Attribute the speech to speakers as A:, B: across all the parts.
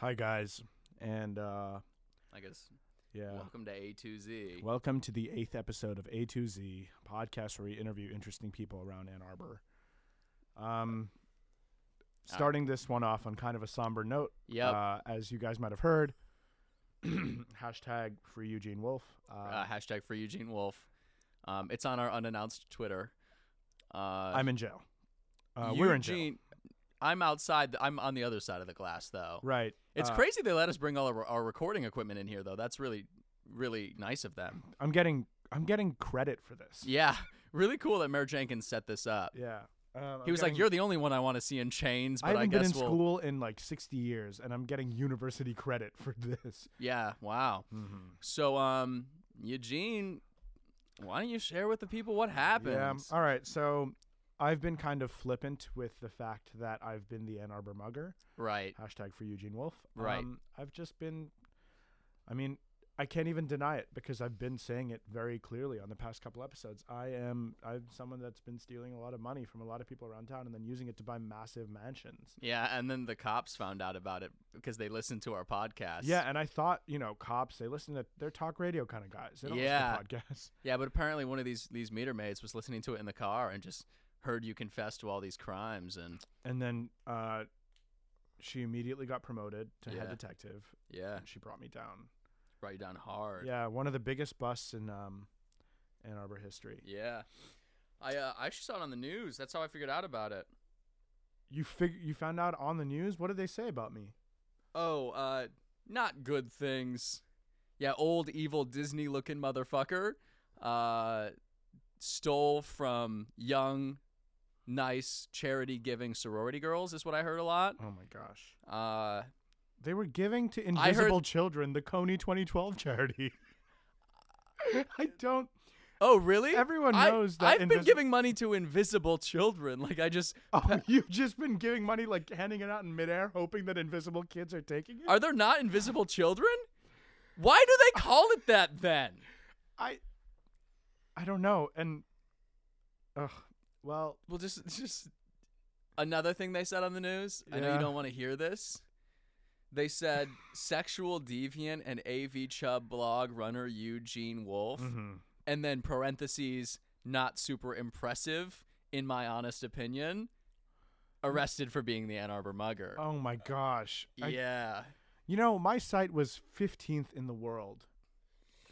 A: Hi guys, and uh,
B: I guess.
A: yeah,
B: Welcome to A2Z.
A: welcome to the eighth episode of A to Z podcast, where we interview interesting people around Ann Arbor. Um, starting this one off on kind of a somber note.
B: Uh, Yep.
A: Uh, as you guys might have heard, hashtag free Eugene Wolf. Uh,
B: uh, hashtag for Eugene Wolf. Um, it's on our unannounced Twitter. Uh,
A: I'm in jail. Uh, we're in jail.
B: Eugene- I'm outside. The, I'm on the other side of the glass, though.
A: Right.
B: It's
A: uh,
B: crazy they let us bring all of our, our recording equipment in here, though. That's really, really nice of them.
A: I'm getting I'm getting credit for this.
B: Yeah, really cool that Mayor Jenkins set this up.
A: Yeah. Um, I'm
B: He was like,
A: getting-
B: "You're the only one I want to see in chains,"
A: I
B: but I,
A: haven't been
B: guess
A: in
B: we'll.
A: school in like 60 years, and I'm getting university credit for this.
B: Yeah. Wow. So, um, Eugene, why don't you share with the people what happened?
A: Yeah. um, All right. So I've been kind of flippant with the fact that I've been the Ann Arbor mugger.
B: Right.
A: Hashtag for Eugene Wolf.
B: Right.
A: Um, I've just been, I mean, I can't even deny it because I've been saying it very clearly on the past couple episodes. I am I'm someone that's been stealing a lot of money from a lot of people around town and then using it to buy massive mansions.
B: Yeah, and then the cops found out about it because they listened to our podcast.
A: Yeah, and I thought, you know, cops, they listen to they're talk radio kind of guys. They don't
B: Yeah.
A: listen to podcasts.
B: Yeah, but apparently one of these these meter maids was listening to it in the car and just heard you confess to all these crimes and
A: And then uh, she immediately got promoted to head
B: Yeah.
A: detective
B: yeah,
A: and she brought me down.
B: brought you down hard.
A: Yeah, one of the biggest busts in um, Ann Arbor history.
B: Yeah. I uh, I actually saw it on the news. That's how I figured out about it.
A: You fig- you found out on the news. What did they say about me?
B: Oh, uh not good things. Yeah, old evil Disney looking motherfucker uh stole from young nice charity giving sorority girls is what I heard a lot.
A: Oh my gosh,
B: Uh
A: they were giving to
B: I heard-
A: invisible children the Coney 2012 charity. I don't.
B: Oh, really?
A: Everyone knows that
B: I've been
A: invis-
B: giving money to invisible children. Like I just
A: Oh, you've just been giving money, like handing it out in midair, hoping that invisible kids are taking it.
B: are there not invisible children? Why do they call it that then?
A: I, I don't know. And, ugh. Well,
B: Well, just just another thing they said on the news. I know
A: Yeah.
B: you don't want to hear this. They said sexual deviant and AV Chubb blog runner Eugene Wolf,
A: Mm-hmm.
B: and then parentheses not super impressive in my honest opinion. Arrested for being the Ann Arbor mugger.
A: oh my gosh. I-
B: yeah.
A: You know, my site was 15th in the world.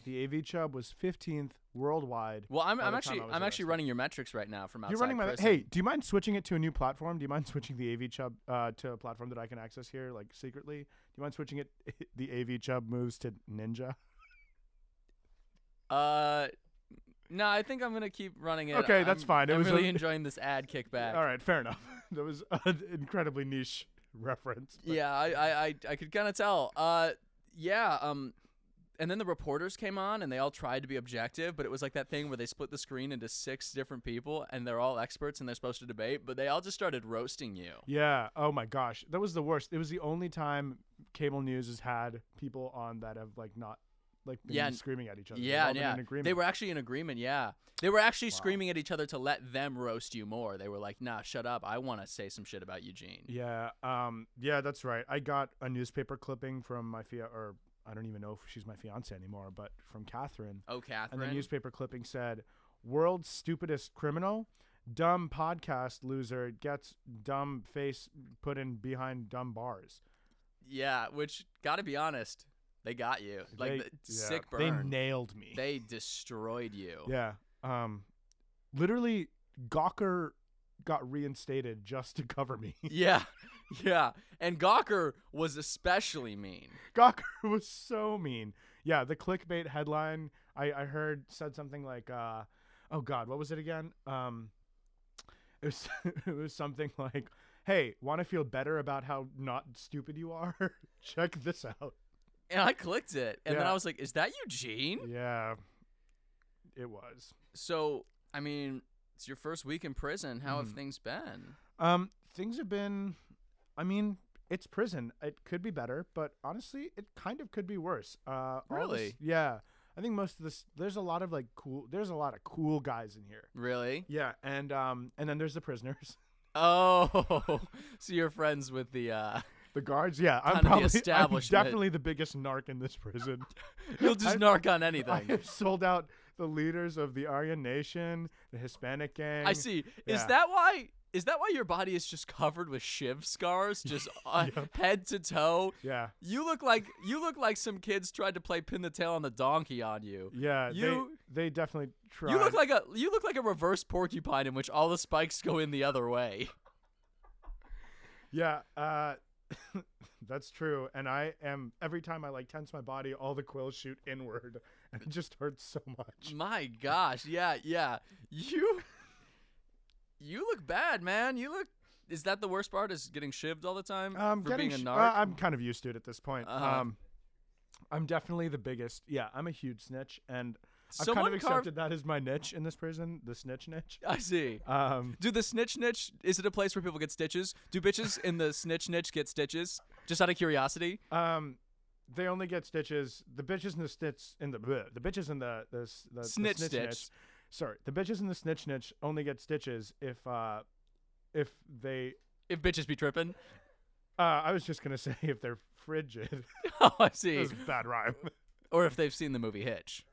A: The AV Chub was 15th worldwide.
B: Well, I'm,
A: by
B: I'm
A: the time
B: actually
A: I
B: I'm
A: was
B: actually
A: arrested.
B: running your metrics right now from outside.
A: You're running my.
B: prison.
A: Hey, do you mind switching it to a new platform? Do you mind switching the AV Chub uh, to a platform that I can access here, like secretly? Do you mind switching it? The AV Chub moves to Ninja.
B: Uh, no, I think I'm gonna keep running it.
A: Okay, that's
B: I'm-
A: fine. It
B: I'm
A: was a-
B: really enjoying this ad kickback.
A: All right, fair enough. that was an incredibly niche reference. but-
B: Yeah, I, I, I, I could kind of tell. Uh, yeah. Um, and then the reporters came on, and they all tried to be objective, but it was like that thing where they split the screen into six different people, and they're all experts, and they're supposed to debate, but they all just started roasting you.
A: Yeah. Oh my gosh, that was the worst. It was the only time cable news has had people on that have like not like been
B: Yeah, n-
A: screaming at each other. They've
B: Yeah,
A: all been
B: yeah.
A: In agreement.
B: They were actually in agreement. Yeah, they were actually screaming at each other to let them roast you more. They were like, "Nah, shut up. I want to say some shit about Eugene."
A: Yeah, um, yeah, that's right. I got a newspaper clipping from my fia, or I don't even know if she's my fiance anymore, but from Catherine.
B: Oh, Catherine.
A: And the newspaper clipping said, "World's stupidest criminal, dumb podcast loser gets dumb face put in behind dumb bars."
B: Yeah, which gotta be honest, they got you. Like
A: They-
B: the
A: yeah,
B: sick
A: They
B: burn. They,
A: nailed me.
B: destroyed you.
A: yeah, um, literally, Gawker got reinstated just to cover me.
B: yeah. yeah. And Gawker was especially mean.
A: Gawker was so mean. Yeah, the clickbait headline I, I heard said something like, uh, "Oh God, what was it again?" Um, it was it was something like, "Hey, want to feel better about how not stupid you are? Check this out."
B: And I clicked it. And then
A: Yeah.
B: I was like, is that Eugene?
A: Yeah, it was.
B: So, I mean, it's your first week in prison. How
A: Hmm.
B: have things been?
A: Um, things have been. I mean, it's prison. It could be better, but honestly, it kind of could be worse. Uh, all this-
B: Really?
A: yeah. I think most of this. There's a lot of like cool. There's a lot of cool guys in here.
B: Really?
A: Yeah, and um, and then there's the prisoners.
B: Oh, so you're friends with the uh
A: The guards, yeah, I'm
B: Kind of the
A: probably I'm
B: establishment.
A: definitely the biggest narc in this prison.
B: You'll just
A: I-
B: narc on
A: I
B: anything.
A: have sold out the leaders of the Aryan Nation, the Hispanic gang.
B: I, see. Is
A: yeah.
B: that why? Is that why your body is just covered with shiv scars, just uh, head to toe?
A: Yeah,
B: You look like you look like some kids tried to play pin the tail on the donkey on you.
A: yeah.
B: You-
A: they, they definitely tried.
B: You look like a you look like a reverse porcupine in which all the spikes go in the other way.
A: Yeah, uh, that's true. And I am every time I like tense my body, all the quills shoot inward, and it just hurts so much.
B: My gosh, yeah, yeah. You you look bad, man. You look. Is that the worst part? Is getting shivved all the time
A: Um,
B: for
A: getting
B: being
A: sh-
B: a
A: uh,
B: narc?
A: I'm kind of used to it at this point.
B: Uh-huh.
A: Um, I'm definitely the biggest. Yeah, I'm a huge snitch, and I've
B: Someone
A: kind of
B: carved-
A: accepted that as my niche in this prison, the snitch niche.
B: I see.
A: Um,
B: Do the snitch niche? Is it a place where people get stitches? Do bitches in the snitch niche get stitches? Just out of curiosity.
A: um, they only get stitches. The bitches and the stitch in the bleh, the bitches in the the, s- the, the
B: Snitch
A: snitch
B: stitch.
A: niche- Sorry, the bitches in the snitch niche only get stitches if uh, if they
B: If bitches be tripping.
A: Uh, I was just gonna say if they're frigid.
B: Oh, I
A: That
B: see.
A: was a bad rhyme.
B: Or if they've seen the movie Hitch.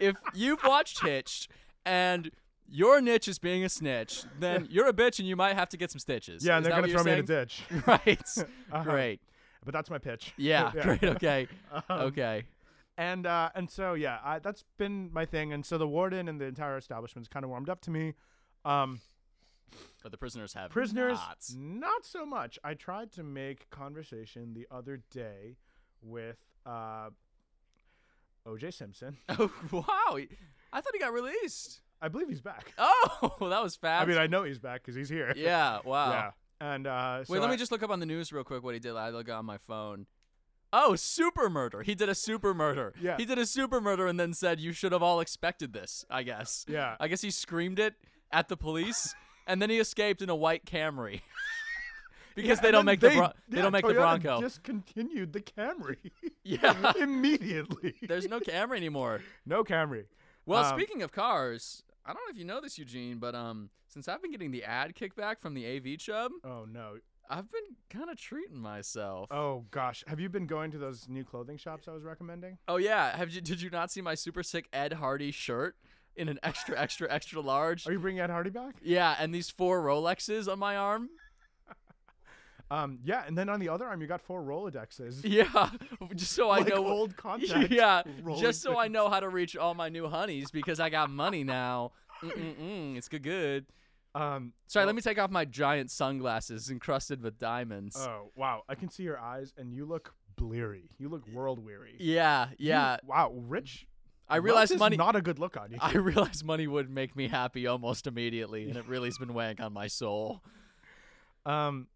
B: if you've watched Hitch and your niche is being a snitch, then you're a bitch and you might have to get some stitches.
A: Yeah, and
B: Is
A: they're
B: that
A: gonna
B: what
A: throw
B: you're
A: me in a
B: saying?
A: ditch.
B: Right.
A: Uh-huh.
B: Great.
A: But that's my pitch.
B: Yeah, Great. Okay.
A: Um,
B: okay.
A: And uh, and so yeah, I, that's been my thing. And so the warden and the entire establishment's kind of warmed up to me. Um,
B: But the prisoners have
A: prisoners,
B: not.
A: not so much. I tried to make conversation the other day with uh, O.J. Simpson.
B: Oh wow! he- I thought he got released.
A: I believe he's back.
B: Oh, that was fast.
A: I mean, I know he's back because he's here.
B: yeah. Wow.
A: Yeah. And uh, so
B: Wait, let
A: I-
B: me just look up on the news real quick what he did. I look on my phone. Oh, super murder. He did a super murder.
A: Yeah.
B: He did a super murder and then said, You should have all expected this, I guess.
A: Yeah.
B: I guess he screamed it at the police and then he escaped in a white Camry. because
A: Yeah,
B: they don't
A: and then
B: make the bro- they
A: yeah,
B: don't make the
A: Toyota
B: Bronco.
A: Discontinued the Camry
B: yeah.
A: immediately.
B: There's no Camry anymore.
A: no Camry.
B: Well,
A: Um,
B: speaking of cars, I don't know if you know this, Eugene, but um since I've been getting the ad kickback from the AV Chub,
A: Oh no.
B: I've been kind of treating myself.
A: Oh gosh. Have you been going to those new clothing shops I was recommending?
B: Oh yeah, have you? Did you not see my super sick Ed Hardy shirt in an extra, extra, extra large?
A: Are you bringing Ed Hardy back?
B: Yeah, and these four Rolexes on my arm.
A: Um, yeah. And then on the other arm, you got four Rolodexes.
B: Yeah, just so I
A: like
B: know.
A: old contacts.
B: yeah,
A: Rolodexes.
B: just so I know how to reach all my new honeys because I got money now. Mm-mm-mm, it's good, good.
A: Um.
B: Sorry,
A: well-
B: let me take off my giant sunglasses encrusted with diamonds.
A: Oh wow. I can see your eyes, and you look bleary. You look world weary.
B: yeah,
A: You-
B: yeah.
A: wow. Rich.
B: I
A: wealth
B: realized
A: is
B: money.
A: Not a good look on you.
B: I realized money would make me happy almost immediately, and it really's been weighing on my soul.
A: Um,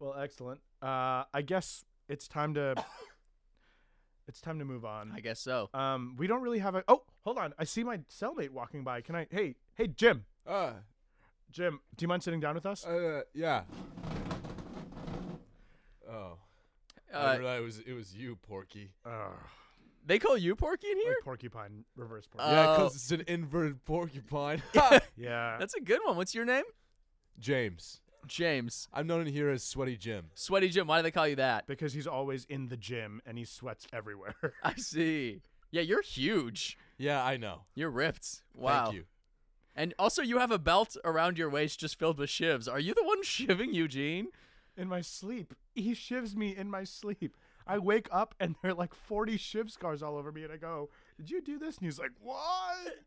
A: well, excellent. Uh, I guess it's time to it's time to move
B: I
A: on.
B: guess so.
A: Um, we don't really have a. Oh, hold on. I see my cellmate walking by. Can I? Hey, hey, Jim.
C: Uh,
A: Jim, do you mind sitting down with us?
C: uh, yeah. Oh, I
B: Uh,
C: didn't realize it was it was you, Porky.
A: Ugh,
B: They call you Porky in
A: like
B: Uh, here?
A: porcupine, reverse
C: Yeah,
A: porcupine.
C: 'cause
B: Oh.
C: it's an inverted porcupine.
A: yeah.
B: That's a good one. What's your name?
C: James,
B: James.
C: I'm known in here as Sweaty Jim.
B: Sweaty Jim. Why do they call you that?
A: Because he's always in the gym and he sweats everywhere.
B: I see. Yeah, you're huge.
C: Yeah, I know.
B: You're ripped. Wow.
C: Thank you.
B: And also, you have a belt around your waist just filled with shivs. Are you the one shivving Eugene?
A: in my sleep, he shivs me in my sleep. I wake up and there are like 40 shiv scars all over me, and I go, "Did you do this?" And he's like, "What?"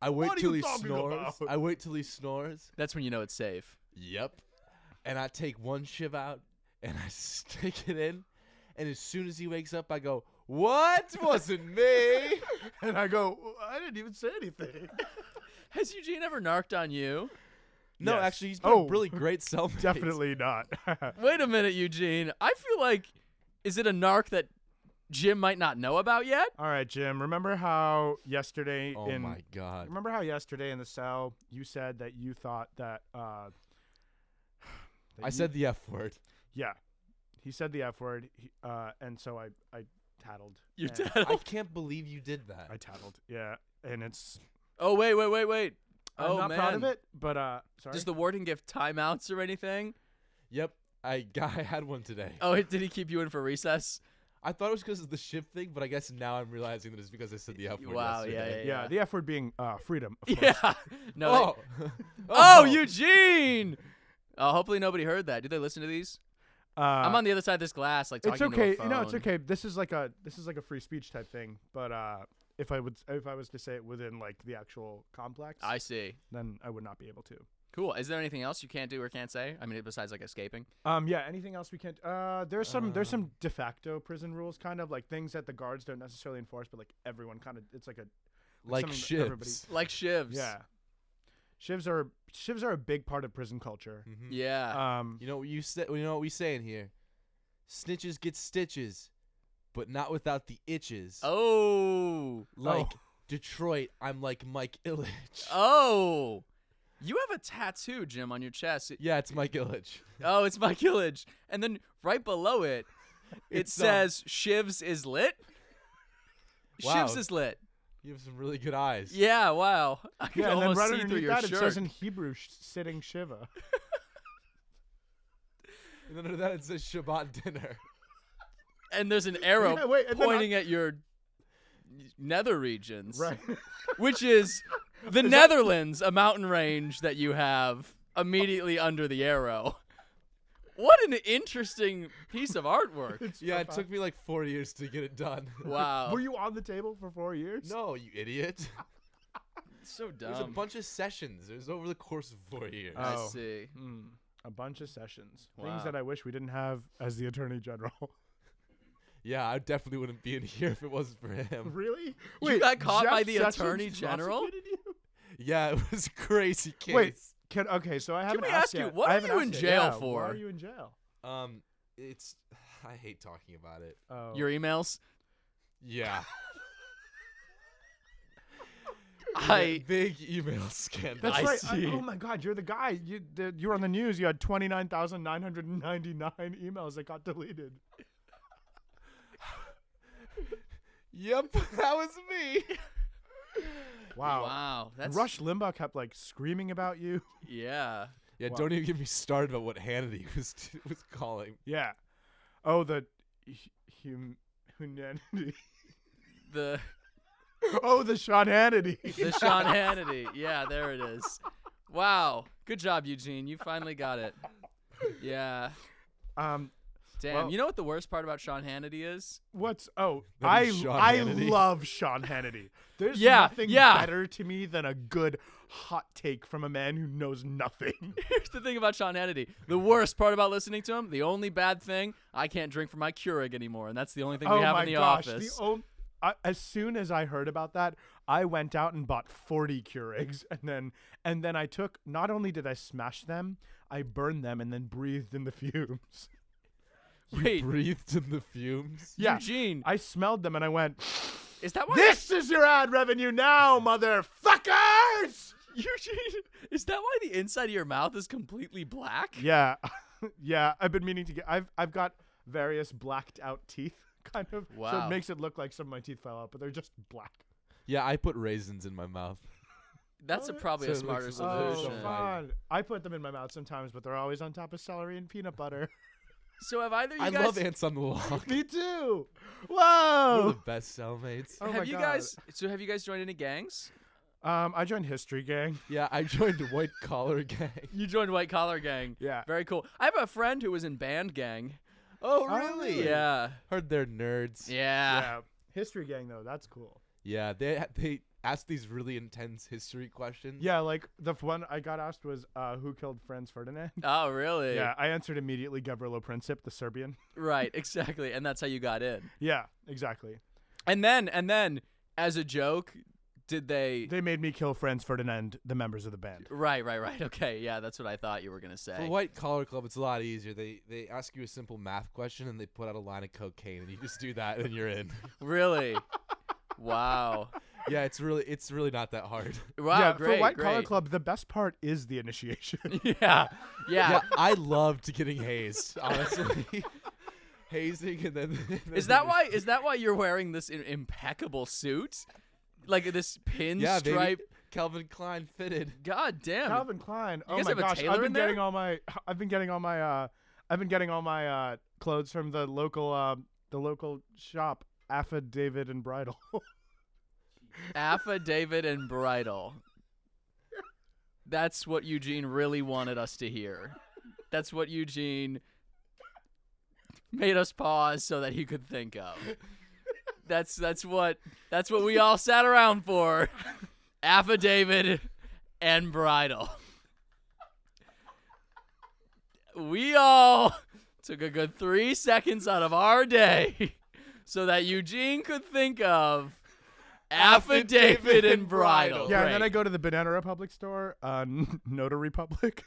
C: I wait
A: What are
C: till
A: you
C: he
A: talking
C: snores.
A: about?
C: I wait till he snores.
B: That's when you know it's safe.
C: Yep. And I take one shiv out and I stick it in. And as soon as he wakes up, I go, "What wasn't me?"
A: And I go, "Well, I didn't even say anything.
B: Has Eugene ever narked on you?
C: No,
A: Yes.
C: actually, he's been
A: Oh,
C: a really great cellmate.
A: Definitely not.
B: Wait a minute, Eugene. I feel like. Is it a narc that Jim might not know about yet?
A: All right, Jim. Remember how yesterday
C: Oh
A: in
C: my god.
A: remember how yesterday in the cell you said that you thought that uh that
C: I
A: you-
C: said the F word.
A: yeah. He said the F word, he- uh, and so I I tattled.
B: You
A: and-
C: I
B: did.
C: can't believe you did that.
A: I tattled. Yeah, and it's
B: Oh wait, wait, wait, wait.
A: I'm
B: oh
A: not
B: man.
A: proud of it, but uh, sorry.
B: Does the warden give timeouts or anything?
C: Yep, I got, I had one today.
B: Oh, did he keep you in for recess?
C: I thought it was because of the ship thing, but I guess now I'm realizing that it's because I said the F word
B: Wow, yeah,
C: yesterday.
A: Yeah,
B: Yeah.
A: the F word being uh, freedom. Of course.
B: Yeah. No. they-
C: Oh.
B: Oh, Eugene! Uh, hopefully nobody heard that. Do they listen to these?
A: Uh,
B: I'm on the other side of this glass, like talking
A: it's okay.
B: to a phone.
A: No, it's okay. This is like a this is like a free speech type thing. But uh, if I would if I was to say it within like the actual complex,
B: I see.
A: then I would not be able to.
B: Cool. Is there anything else you can't do or can't say? I mean, besides like escaping.
A: Um, yeah. Anything else we can't? Uh, there's some there's some de facto prison rules, kind of like things that the guards don't necessarily enforce, but like everyone kind of it's like a
C: like
A: something that everybody-
C: ships.
B: Like shivs.
A: yeah. Shivs are shivs are a big part of prison culture.
B: Mm, Yeah.
A: Um,
C: Mm-hmm. You know what you said. You know what we saying here? Snitches get stitches, but not without the itches.
B: oh.
C: Like Detroit, I'm like Mike Illich.
B: Oh. You have a tattoo, Jim, on your chest. It-
C: Yeah, it's Mike Illich.
B: Oh, it's my Illich. And then right below it, it
C: It's, um,
B: says Shivs is lit.
C: Wow.
B: Shivs is lit.
C: You have some really good eyes.
B: Yeah, wow. I can
A: yeah, and then
B: almost
A: right
B: see through
A: underneath
B: your
A: that
B: shirt.
A: it says in Hebrew, sh- "sitting shiva."
C: And then under that it says Shabbat dinner.
B: and there's an arrow
A: Yeah, wait, and then I-
B: pointing at your nether regions,
A: right.
B: which is the Netherlands, a mountain range that you have immediately under the arrow. What an interesting piece of artwork!
C: Yeah, it took me like four years to get it done.
B: Wow,
A: Were you on the table for four years?
C: No, you idiot.
B: so dumb.
C: There's a bunch of sessions. It was over the course of four years.
A: Uh,
B: I
A: Oh.
B: see.
A: Mm, a bunch of sessions.
B: Wow.
A: Things that I wish we didn't have as the attorney general.
C: yeah, I definitely wouldn't be in here if it wasn't for him.
A: really?
B: got caught by
A: Jeff
B: the
A: Sessions
B: attorney general?
A: prosecuted you?
C: Yeah, it was a crazy case.
A: Wait, can, okay. So I haven't
B: we ask
A: asked
B: you,
A: yet.
B: what
A: I
B: are
A: haven't
B: you in
A: asked
B: jail
A: yet. Yeah,
B: for?
A: Why are you in jail?
C: Um, it's. I hate talking about it.
A: Oh.
B: Your emails.
C: Yeah.
B: I
C: big email scandal.
A: That's
B: I
A: right.
B: see.
A: oh my God, you're the guy. You the, you were on the news. You had twenty nine thousand nine hundred ninety nine emails that got deleted.
C: Yep, that was me.
A: Wow.
B: wow. That's
A: Rush Limbaugh kept like screaming about you.
B: Yeah.
C: Yeah,
A: Wow.
C: don't even get me started about what Hannity was was calling.
A: Yeah. Oh, the hu- hum- humanity.
B: The
A: oh, the Sean Hannity.
B: the Sean Hannity. Yeah, there it is. Wow. Good job, Eugene. You finally got it. Yeah.
A: Um,
B: Damn.
A: Well-
B: you know what the worst part about Sean Hannity is?
A: what's oh
C: That
A: I
C: is Sean
A: I
C: Hannity.
A: love Sean Hannity. There's
B: Yeah,
A: nothing
B: yeah.
A: better to me than a good hot take from a man who knows nothing.
B: Here's the thing about Sean Hannity. The worst part about listening to him, the only bad thing, I can't drink from my Keurig anymore, and that's the only thing we
A: oh
B: have
A: my
B: in the
A: gosh!
B: office.
A: The on- I, as soon as I heard about that, I went out and bought 40 Keurigs, and then and then I took. Not only did I smash them, I burned them and then breathed in the fumes.
B: Wait,
C: Breathed in the fumes.
A: Yeah,
B: Eugene,
A: I smelled them and I went.
B: is that why
A: This is your ad revenue now, motherfuckers!
B: Eugene, is that why the inside of your mouth is completely black?
A: Yeah, yeah. I've been meaning to get. I've I've got various blacked out teeth, kind of. So
B: Wow.
A: it makes it look like some of my teeth fell out, but they're just black.
C: Yeah, I put raisins in my mouth.
B: That's a, probably
C: So
B: a
C: it
B: smarter
C: looks a little
B: solution.
C: Oh, fine.
A: I put them in my mouth sometimes, but they're always on top of celery and peanut butter.
B: so have either you
C: I
B: guys
C: love ants on the lawn.
A: Me too.
C: They're the
A: Whoa.
C: best cellmates.
A: Oh my
B: have you
A: God.
B: guys so have you guys joined any gangs?
A: Um, I joined History Gang.
C: Yeah, I joined a white collar gang.
B: You joined White Collar Gang.
A: Yeah.
B: Very cool. I have a friend who was in band gang.
C: Oh,
A: really?
B: Yeah.
C: Heard they're nerds.
B: Yeah.
A: yeah. History Gang though, that's cool.
C: Yeah, they they ask these really intense history questions.
A: Yeah, like the f- one I got asked was uh, who killed Franz Ferdinand.
B: Oh, really?
A: Yeah, I answered immediately Gavrilo Princip, the Serbian.
B: Right, exactly. And that's how you got in.
A: Yeah, exactly.
B: And then and then as a joke, did they,
A: They made me kill Franz Ferdinand, the members of the band.
B: Right, right, right. Okay, yeah, that's what I thought you were going to
C: For
B: say.
C: white collar club, it's a lot easier. They they ask you a simple math question and they put out a line of cocaine and you just do that and you're in.
B: Really? wow.
C: Yeah, it's really it's really not that hard.
B: Wow,
A: yeah,
B: great.
A: for White Collar
B: great.
A: Club, the best part is the initiation.
B: yeah. Yeah.
C: Yeah, I loved getting hazed, honestly. Hazing and then, and then
B: Is that why is that why you're wearing this im- impeccable suit? Like this pinstripe
C: Yeah, baby. Calvin Klein fitted.
B: God damn.
A: Calvin Klein. Oh
B: guys
A: my
B: have a
A: gosh,
B: tailor
A: I've been
B: in there?
A: getting all my I've been getting all my uh I've been getting all my uh clothes from the local uh the local shop Affidavit and Bridal.
B: Oh, Affidavit and bridal. That's what Eugene really wanted us to hear. That's what Eugene made us pause so that he could think of. That's that's what that's what we all sat around for. Affidavit and bridal. We all took a good 3 seconds out of our day so that Eugene could think of affidavit and bridal.
A: yeah, and then
B: Right.
A: I go to the Banana Republic store, uh N- Notary Public.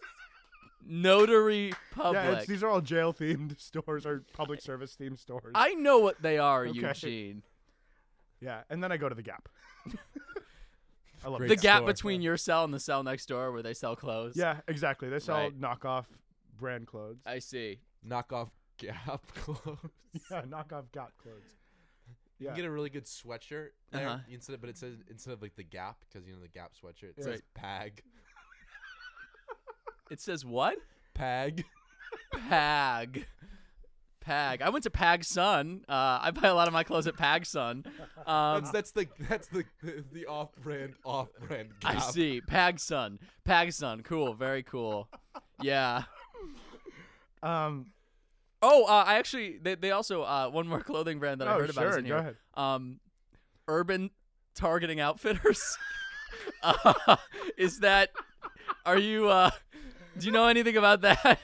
B: Notary Public.
A: Yeah, it's, these are all jail themed stores or public service themed stores.
B: I know what they are,
A: Okay.
B: Eugene.
A: yeah, and then I go to the Gap. I love
C: Great
B: The gap
A: store.
B: between your cell and the cell next door where they sell clothes.
A: Yeah, exactly. They sell
B: Right.
A: knockoff brand clothes.
B: I see.
C: Knockoff Gap clothes.
A: yeah, knockoff Gap clothes.
C: You
A: Yeah.
C: can get a really good sweatshirt there
B: Uh-huh.
C: instead, of, but it says instead of like the Gap because you know the Gap sweatshirt it
A: Yeah.
C: says Pag.
B: It says what?
C: Pag.
B: Pag. Pag. I went to Pag Sun. Uh, I buy a lot of my clothes at Pag Sun. Um,
C: That's that's the that's the the off-brand off-brand Gap.
B: I see. Pag Sun. Pag Sun. Cool. Very cool. Yeah.
A: Um,
B: Oh, uh, I actually they, they also uh, one more clothing brand that I
A: Oh,
B: heard about is
A: sure,
B: in
A: go
B: here.
A: ahead.
B: Um, Urban Targeting Outfitters. uh, is that? Are you? Uh, do you know anything about that?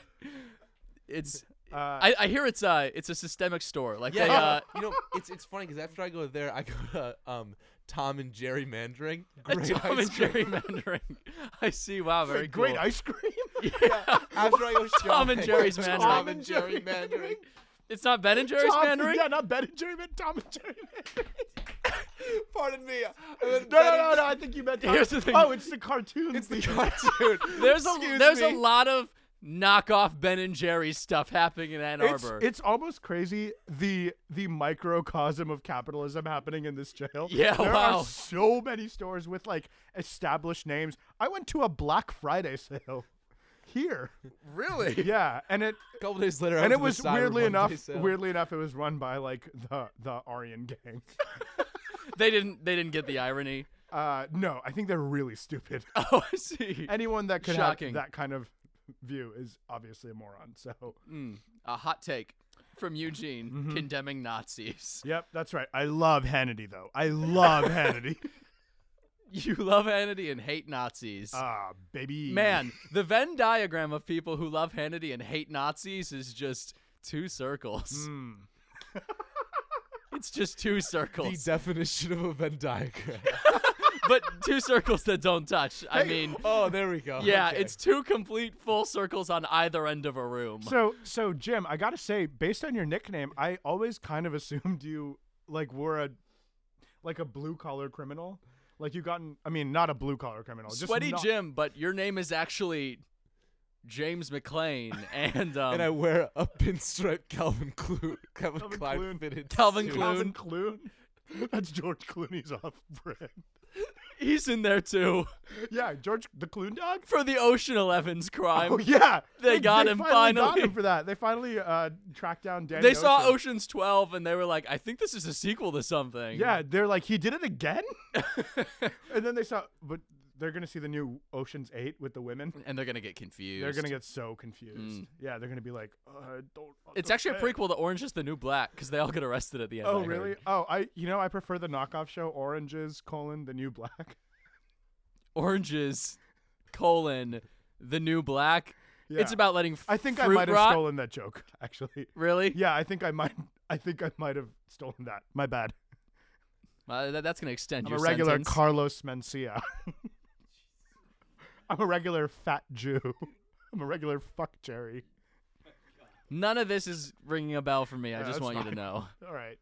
B: It's.
A: uh,
B: I, I hear it's uh it's a systemic store like
C: Yeah,
B: they uh
C: you know it's it's funny because after I go there, I go to um Tom and Jerry Mandarin. Great
B: Tom
C: ice
B: and
C: cream.
B: Jerry Mandaring. I see. Wow, very cool.
A: great ice cream.
B: Yeah.
C: After I go
B: Tom and
C: shopping,
B: Jerry's
C: Tom
B: Mandarin.
C: and Jerry Mandarin.
B: It's not Ben and Jerry's
A: Tom-
B: Mandarin.
A: Yeah, not Ben and Jerry, but Tom and Jerry. Mandarin.
C: Pardon me. I meant
A: no, no,
C: Ben
A: no,
C: and-
A: no. I think you meant. Tom.
B: Here's the thing.
A: Oh, it's the cartoon.
C: It's the cartoon.
B: There's a
C: Excuse
B: there's
C: me.
B: a lot of knockoff Ben and Jerry's stuff happening in Ann
A: It's,
B: Arbor.
A: it's almost crazy the the microcosm of capitalism happening in this jail.
B: Yeah,
A: there
B: wow.
A: are so many stores with like established names. I went to a Black Friday sale here.
B: really
A: Yeah, and it
C: A couple days later, I
A: and
C: went
A: it
C: to the
A: was
C: Cyber
A: weirdly
C: Monday
A: enough
C: sale.
A: weirdly enough it was run by like the the Aryan gang.
B: they didn't they didn't get the irony.
A: Uh, no, I think they're really stupid.
B: Oh, I see.
A: Anyone that could
B: Shocking.
A: have that kind of view is obviously a moron. So,
B: A hot take from Eugene condemning Nazis.
A: yep, that's right. I love Hannity though. I love Hannity.
B: You love Hannity and hate Nazis.
A: Ah, baby.
B: Man, the Venn diagram of people who love Hannity and hate Nazis is just two circles.
A: Mm.
B: It's just two
C: the
B: circles,
C: definition of a Venn diagram.
B: but two circles that don't touch. I mean,
C: oh, there we go.
B: yeah,
C: Okay.
B: it's two complete full circles on either end of a room.
A: So, so Jim, I gotta say, based on your nickname, I always kind of assumed you like were a like a blue collar criminal. Like you gotten, I mean, not a blue collar criminal. Just
B: Sweaty
A: not-
B: Jim, but your name is actually James McLean and um,
C: and I wear a pinstripe Calvin Klein Calvin,
A: Calvin
C: Klein
A: Klein.
C: fitted
B: Calvin
C: suit.
A: Calvin Clune. That's George Clooney's off brand.
B: he's in there too
A: Yeah, George the Clune dog.
B: for the Ocean Elevens crime.
A: Oh yeah,
B: They got him
A: got
B: finally.
A: him for that. They finally uh, tracked down Danny.
B: They saw
A: Ocean.
B: Ocean's 12 and they were like, I think this is a sequel to something.
A: Yeah, they're like, he did it again. and then they saw, but they're gonna see the new Ocean's Eight with the women.
B: And they're going to get confused. Hmm.
A: They're gonna get so confused. Yeah, they're gonna be like, uh, don't.
B: It's actually a
A: understand."
B: prequel to Orange is the New Black because they all get arrested at the end. I
A: Oh
B: heard.
A: really? Oh, I you know I prefer the knockoff show Oranges colon the New Black.
B: Orange is colon the New Black. It's
A: Yeah.
B: about letting f-
A: I think I
B: fruit
A: might have
B: rot.
A: stolen that joke actually.
B: Really?
A: Yeah, I think I might. I think I might have stolen that. My bad.
B: Uh, that, that's going to extend
A: I'm
B: your
A: a regular
B: sentence.
A: Carlos Mencia. I'm a regular fat Jew. I'm a regular fuck Jerry.
B: None of this is ringing a bell for me. I
A: Yeah,
B: just
A: that's
B: want you to
A: fine.
B: know.
A: All right,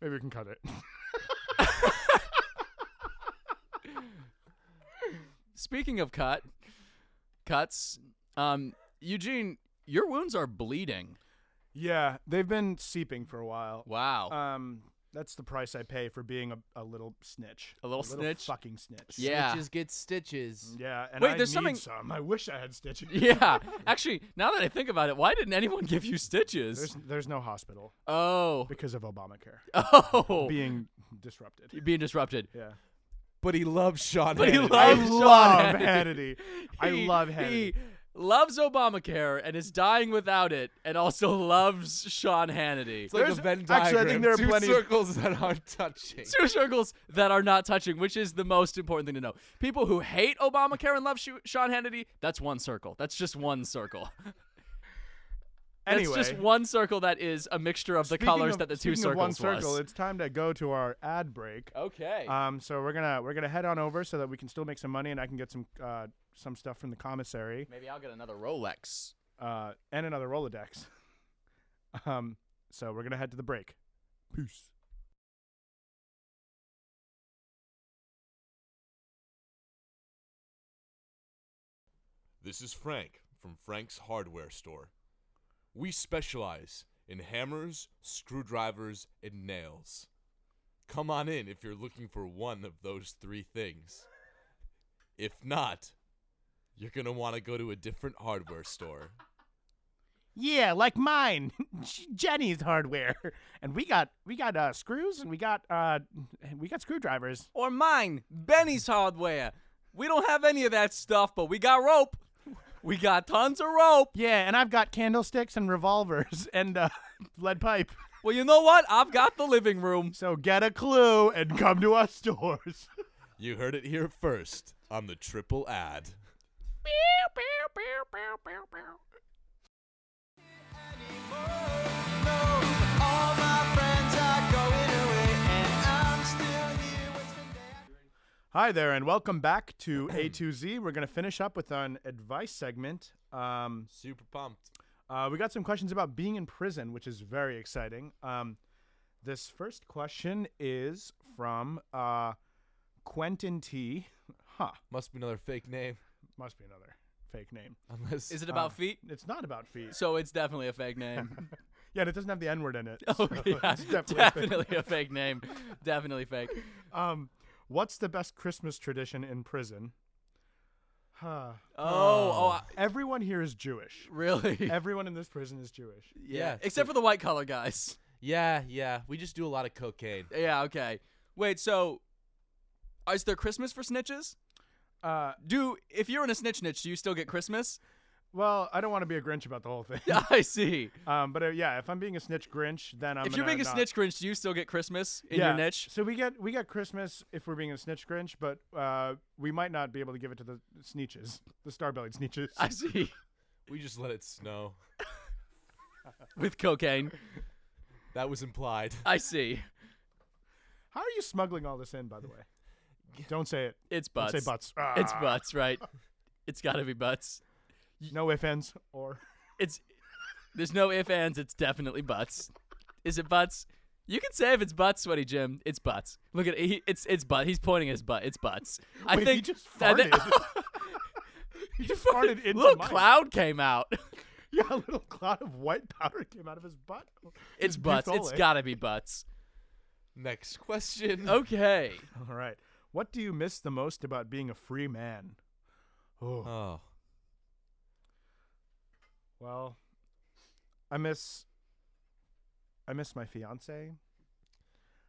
A: maybe we can cut it.
B: Speaking of cut, cuts, um, Eugene, your wounds are bleeding.
A: yeah, they've been seeping for a while.
B: Wow.
A: Um, That's the price I pay for being a, a little snitch.
B: A little snitch?
A: Fucking snitch.
B: Yeah.
C: Snitches get stitches.
A: Yeah. And
B: Wait,
A: I
B: there's
A: need
B: something-
A: Some. I wish I had stitches.
B: Yeah. Actually, now that I think about it, why didn't anyone give you stitches?
A: There's there's no hospital
B: oh.
A: because of Obamacare
B: Oh.
A: being disrupted.
B: Being disrupted.
A: Yeah.
C: But he loves Sean.
B: But he
A: I
C: Hannity.
B: loves Sean
A: love
B: Hannity.
A: Hannity. I
B: He-
A: love Hannity.
B: He loves Obamacare and is dying without it, and also loves Sean Hannity.
C: It's like
A: There's-
C: a Venn diagram.
A: actually, I think there are
C: Two
A: plenty-
C: circles that aren't touching.
B: Two circles that are not touching, which is the most important thing to know. People who hate Obamacare and love Shu- Sean Hannity, that's one circle. That's just one circle. That's
A: anyway,
B: just one circle that is a mixture of the
A: speaking
B: colors
A: of-
B: that the two
A: speaking
B: circles
A: of one circle,
B: was.
A: it's time to go to our ad break.
B: Okay.
A: Um, so we're gonna we're gonna head on over so that we can still make some money and I can get some uh, some stuff from the commissary
B: Maybe I'll get another Rolex.
A: uh, and another Rolodex. um, so we're gonna head to the break. Peace.
C: This is Frank from Frank's Hardware Store. We specialize in hammers, screwdrivers, and nails. Come on in if you're looking for one of those three things. If not, you're going to want to go to a different hardware store.
A: Yeah, like mine, Jenny's hardware, and we got we got uh, screws and we got uh, we got screwdrivers.
B: Or mine, Benny's Hardware. We don't have any of that stuff, but we got rope. We got tons of rope.
A: Yeah, and I've got candlesticks and revolvers and uh, lead pipe.
B: Well, you know what? I've got the living room.
A: So get a clue and come to our stores.
C: You heard it here first on the triple ad.
A: Hi there, and welcome back to A2Z. We're going to finish up with an advice segment. Um,
C: Super pumped.
A: uh, we got some questions about being in prison, which is very exciting. Um, this first question is from uh, Quentin T. Huh,
C: Must be another fake name.
A: must be another fake name.
C: Unless
B: Is it
A: Uh.
B: about feet?
A: It's not about fees.
B: So it's definitely a fake name.
A: Yeah, and it doesn't have the N word in it.
B: oh,
A: so
B: yeah.
A: it's definitely a fake
B: definitely a fake name. Definitely fake.
A: Um, what's the best Christmas tradition in prison? Huh.
B: Oh, oh, I-
A: Everyone here is Jewish.
B: really?
A: Everyone in this prison is Jewish.
B: Yeah.
C: Yeah,
B: Except for the white collar guys.
C: Yeah, yeah. We just do a lot of cocaine.
B: Yeah, okay. Wait, so is there Christmas for snitches?
A: Uh,
B: Do if you're in a snitch niche, do you still get Christmas?
A: well, I don't want to be a Grinch about the whole thing.
B: I see.
A: Um, but uh, yeah, if I'm being a snitch Grinch, then I'm.
B: if you're
A: gonna
B: being a
A: not-
B: snitch cringe, do you still get Christmas in
A: yeah.
B: your niche?
A: So we get we get Christmas if we're being a snitch Grinch, but uh, we might not be able to give it to the sneeches, the star-bellied sneeches.
B: I see.
C: We just let it snow.
B: With cocaine.
C: That was implied.
B: I see.
A: How are you smuggling all this in, by the way? Don't say it.
B: It's
A: Don't
B: butts.
A: say butts.
B: It's
A: Ah.
B: butts, right? It's gotta be butts.
A: No ifs, ands, or.
B: It's there's no if ands, it's definitely butts. Is it butts? You can say if it's butts, sweaty Jim. It's butts. Look at he, it's it's butt. He's pointing at his butt. It's butts. I
A: Wait, he
B: think
A: just
B: I thi-
A: farted. He just farted into
B: Look,
A: mine.
B: cloud came out.
A: Yeah, a little cloud of white powder came out of his butt.
B: It's
A: His
B: butts. It's
A: butthole, eh?
B: gotta be butts.
C: Next question.
B: Okay.
A: All right. What do you miss the most about being a free man?
B: Uh,
A: Oh,
C: Oh.
A: well, I miss. I miss my fiance.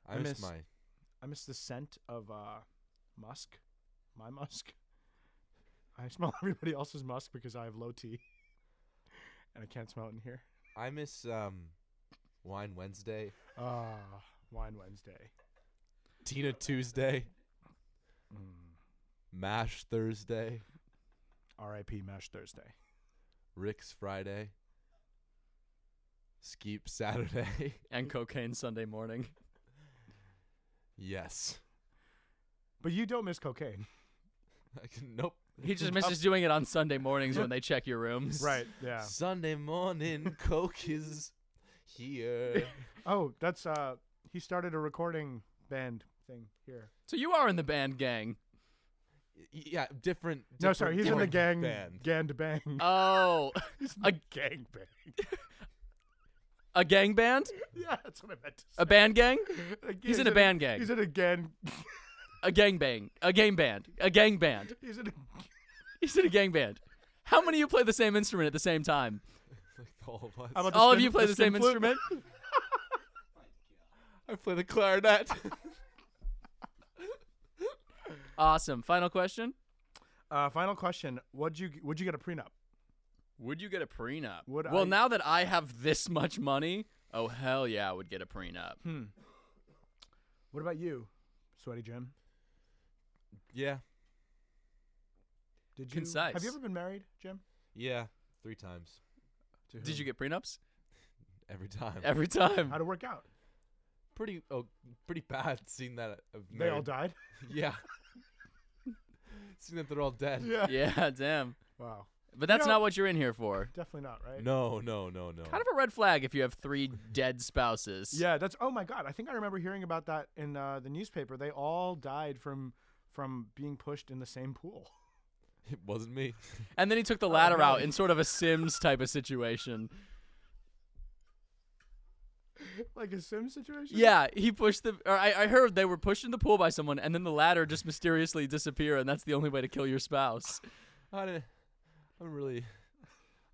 C: I,
A: I miss-
C: missed mine.
A: I miss the scent of uh, musk, my musk. I smell everybody else's musk because I have low T, and I can't smell it in here.
C: I miss um Wine Wednesday.
A: Ah, Wine Wednesday.
C: Tina Tuesday.
A: Mm.
C: Mash Thursday.
A: R.I.P. Mash Thursday.
C: Rick's Friday. Skeep Saturday.
B: And cocaine Sunday morning.
C: yes.
A: But you don't miss cocaine,
C: I can, nope.
B: He just misses doing it on Sunday mornings when they check your rooms.
A: right? Yeah.
C: Sunday morning Coke is here.
A: Oh, that's uh he started a recording band thing here.
B: So you are in the band gang.
C: Y- yeah, different.
A: No, sorry, he's in the
C: different
A: gang
C: Band.
B: Uh,
A: gang bang.
B: Oh,
A: he's in
B: a-
A: the gang bang.
B: a gang band?
A: yeah, that's what I meant to say.
B: A band gang?
A: Like,
B: He's in a band gang.
A: He's in a gang.
B: A gang bang. A gang band. A gang band.
A: He's in a.
B: He's in a gang band. How many of you play the same instrument at the same time?
C: Like all of us.
A: How about
B: All of
A: spin-
B: you play the, same
A: spin flute?
B: instrument?
C: I play the clarinet.
B: Awesome. Final question.
A: Uh, final question: Would you would you get a prenup?
B: Would you get a prenup?
A: Would
B: well,
A: I-
B: now that I have this much money, oh hell yeah, I would get a prenup.
A: Hmm. What about you, Sweaty Jim?
C: yeah.
A: Did you have
B: Concise.
A: you ever been married, Jim?
C: Yeah. Three times.
A: To
B: Did
A: who?
B: you get prenups?
C: Every time.
B: Every time.
A: How'd it work out?
C: pretty oh pretty bad seeing that of
A: They all
C: married-
A: died.
C: Yeah. seeing that they're all dead.
B: Yeah, damn.
A: Wow.
B: But that's
A: know-
B: not what you're in here for.
A: Definitely not, right?
C: No, no, no, no.
B: Kind of a red flag if you have three dead spouses.
A: Yeah, that's. Oh my God, I think I remember hearing about that in uh, the newspaper. They all died from from being pushed in the same pool.
C: It wasn't me.
B: And then he took the ladder
A: no.
B: out in sort of a Sims type of situation.
A: like a sim situation.
B: Yeah, he pushed the. Or I, I heard they were pushed in the pool by someone, and then the ladder just mysteriously disappear, and that's the only way to kill your spouse.
C: I don't I'm really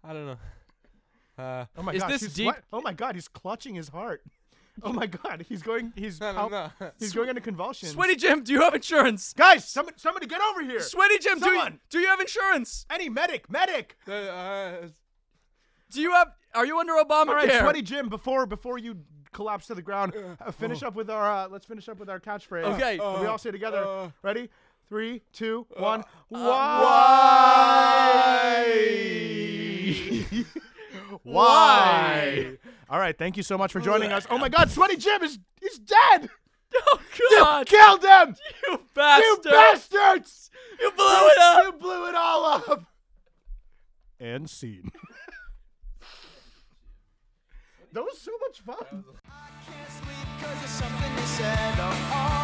C: I don't know. Uh
A: Oh my
B: Is
A: God,
B: this
A: he's
B: deep-
A: swe- oh my God, he's clutching his heart. Oh my God, he's going. He's
C: no,
A: pal-
C: no, no.
A: he's going into convulsions.
B: Sweaty Jim, do you have insurance?
A: guys, somebody, somebody get over here.
B: Sweaty Jim, do you,
A: Someone!
B: do you have insurance?
A: Any medic, medic.
C: Uh, uh,
B: Do you have? Are you under Obamacare?
A: All right, sweaty Jim. Before before you collapse to the ground, uh, finish up with our. Uh, let's finish up with our catchphrase.
B: Okay.
A: That we all say together.
C: uh,
A: Ready? Three, two, one.
B: uh,
A: why? Why?
B: Why?
A: All right. Thank you so much for joining us. Oh my God, sweaty Jim is is dead.
B: Oh
A: You
B: God!
A: killed him.
B: You bastard!
A: You bastards!
B: You blew it up!
A: You blew it all up. And scene. that was so much fun.
D: I can't sleep 'cause of something you said. Oh, oh.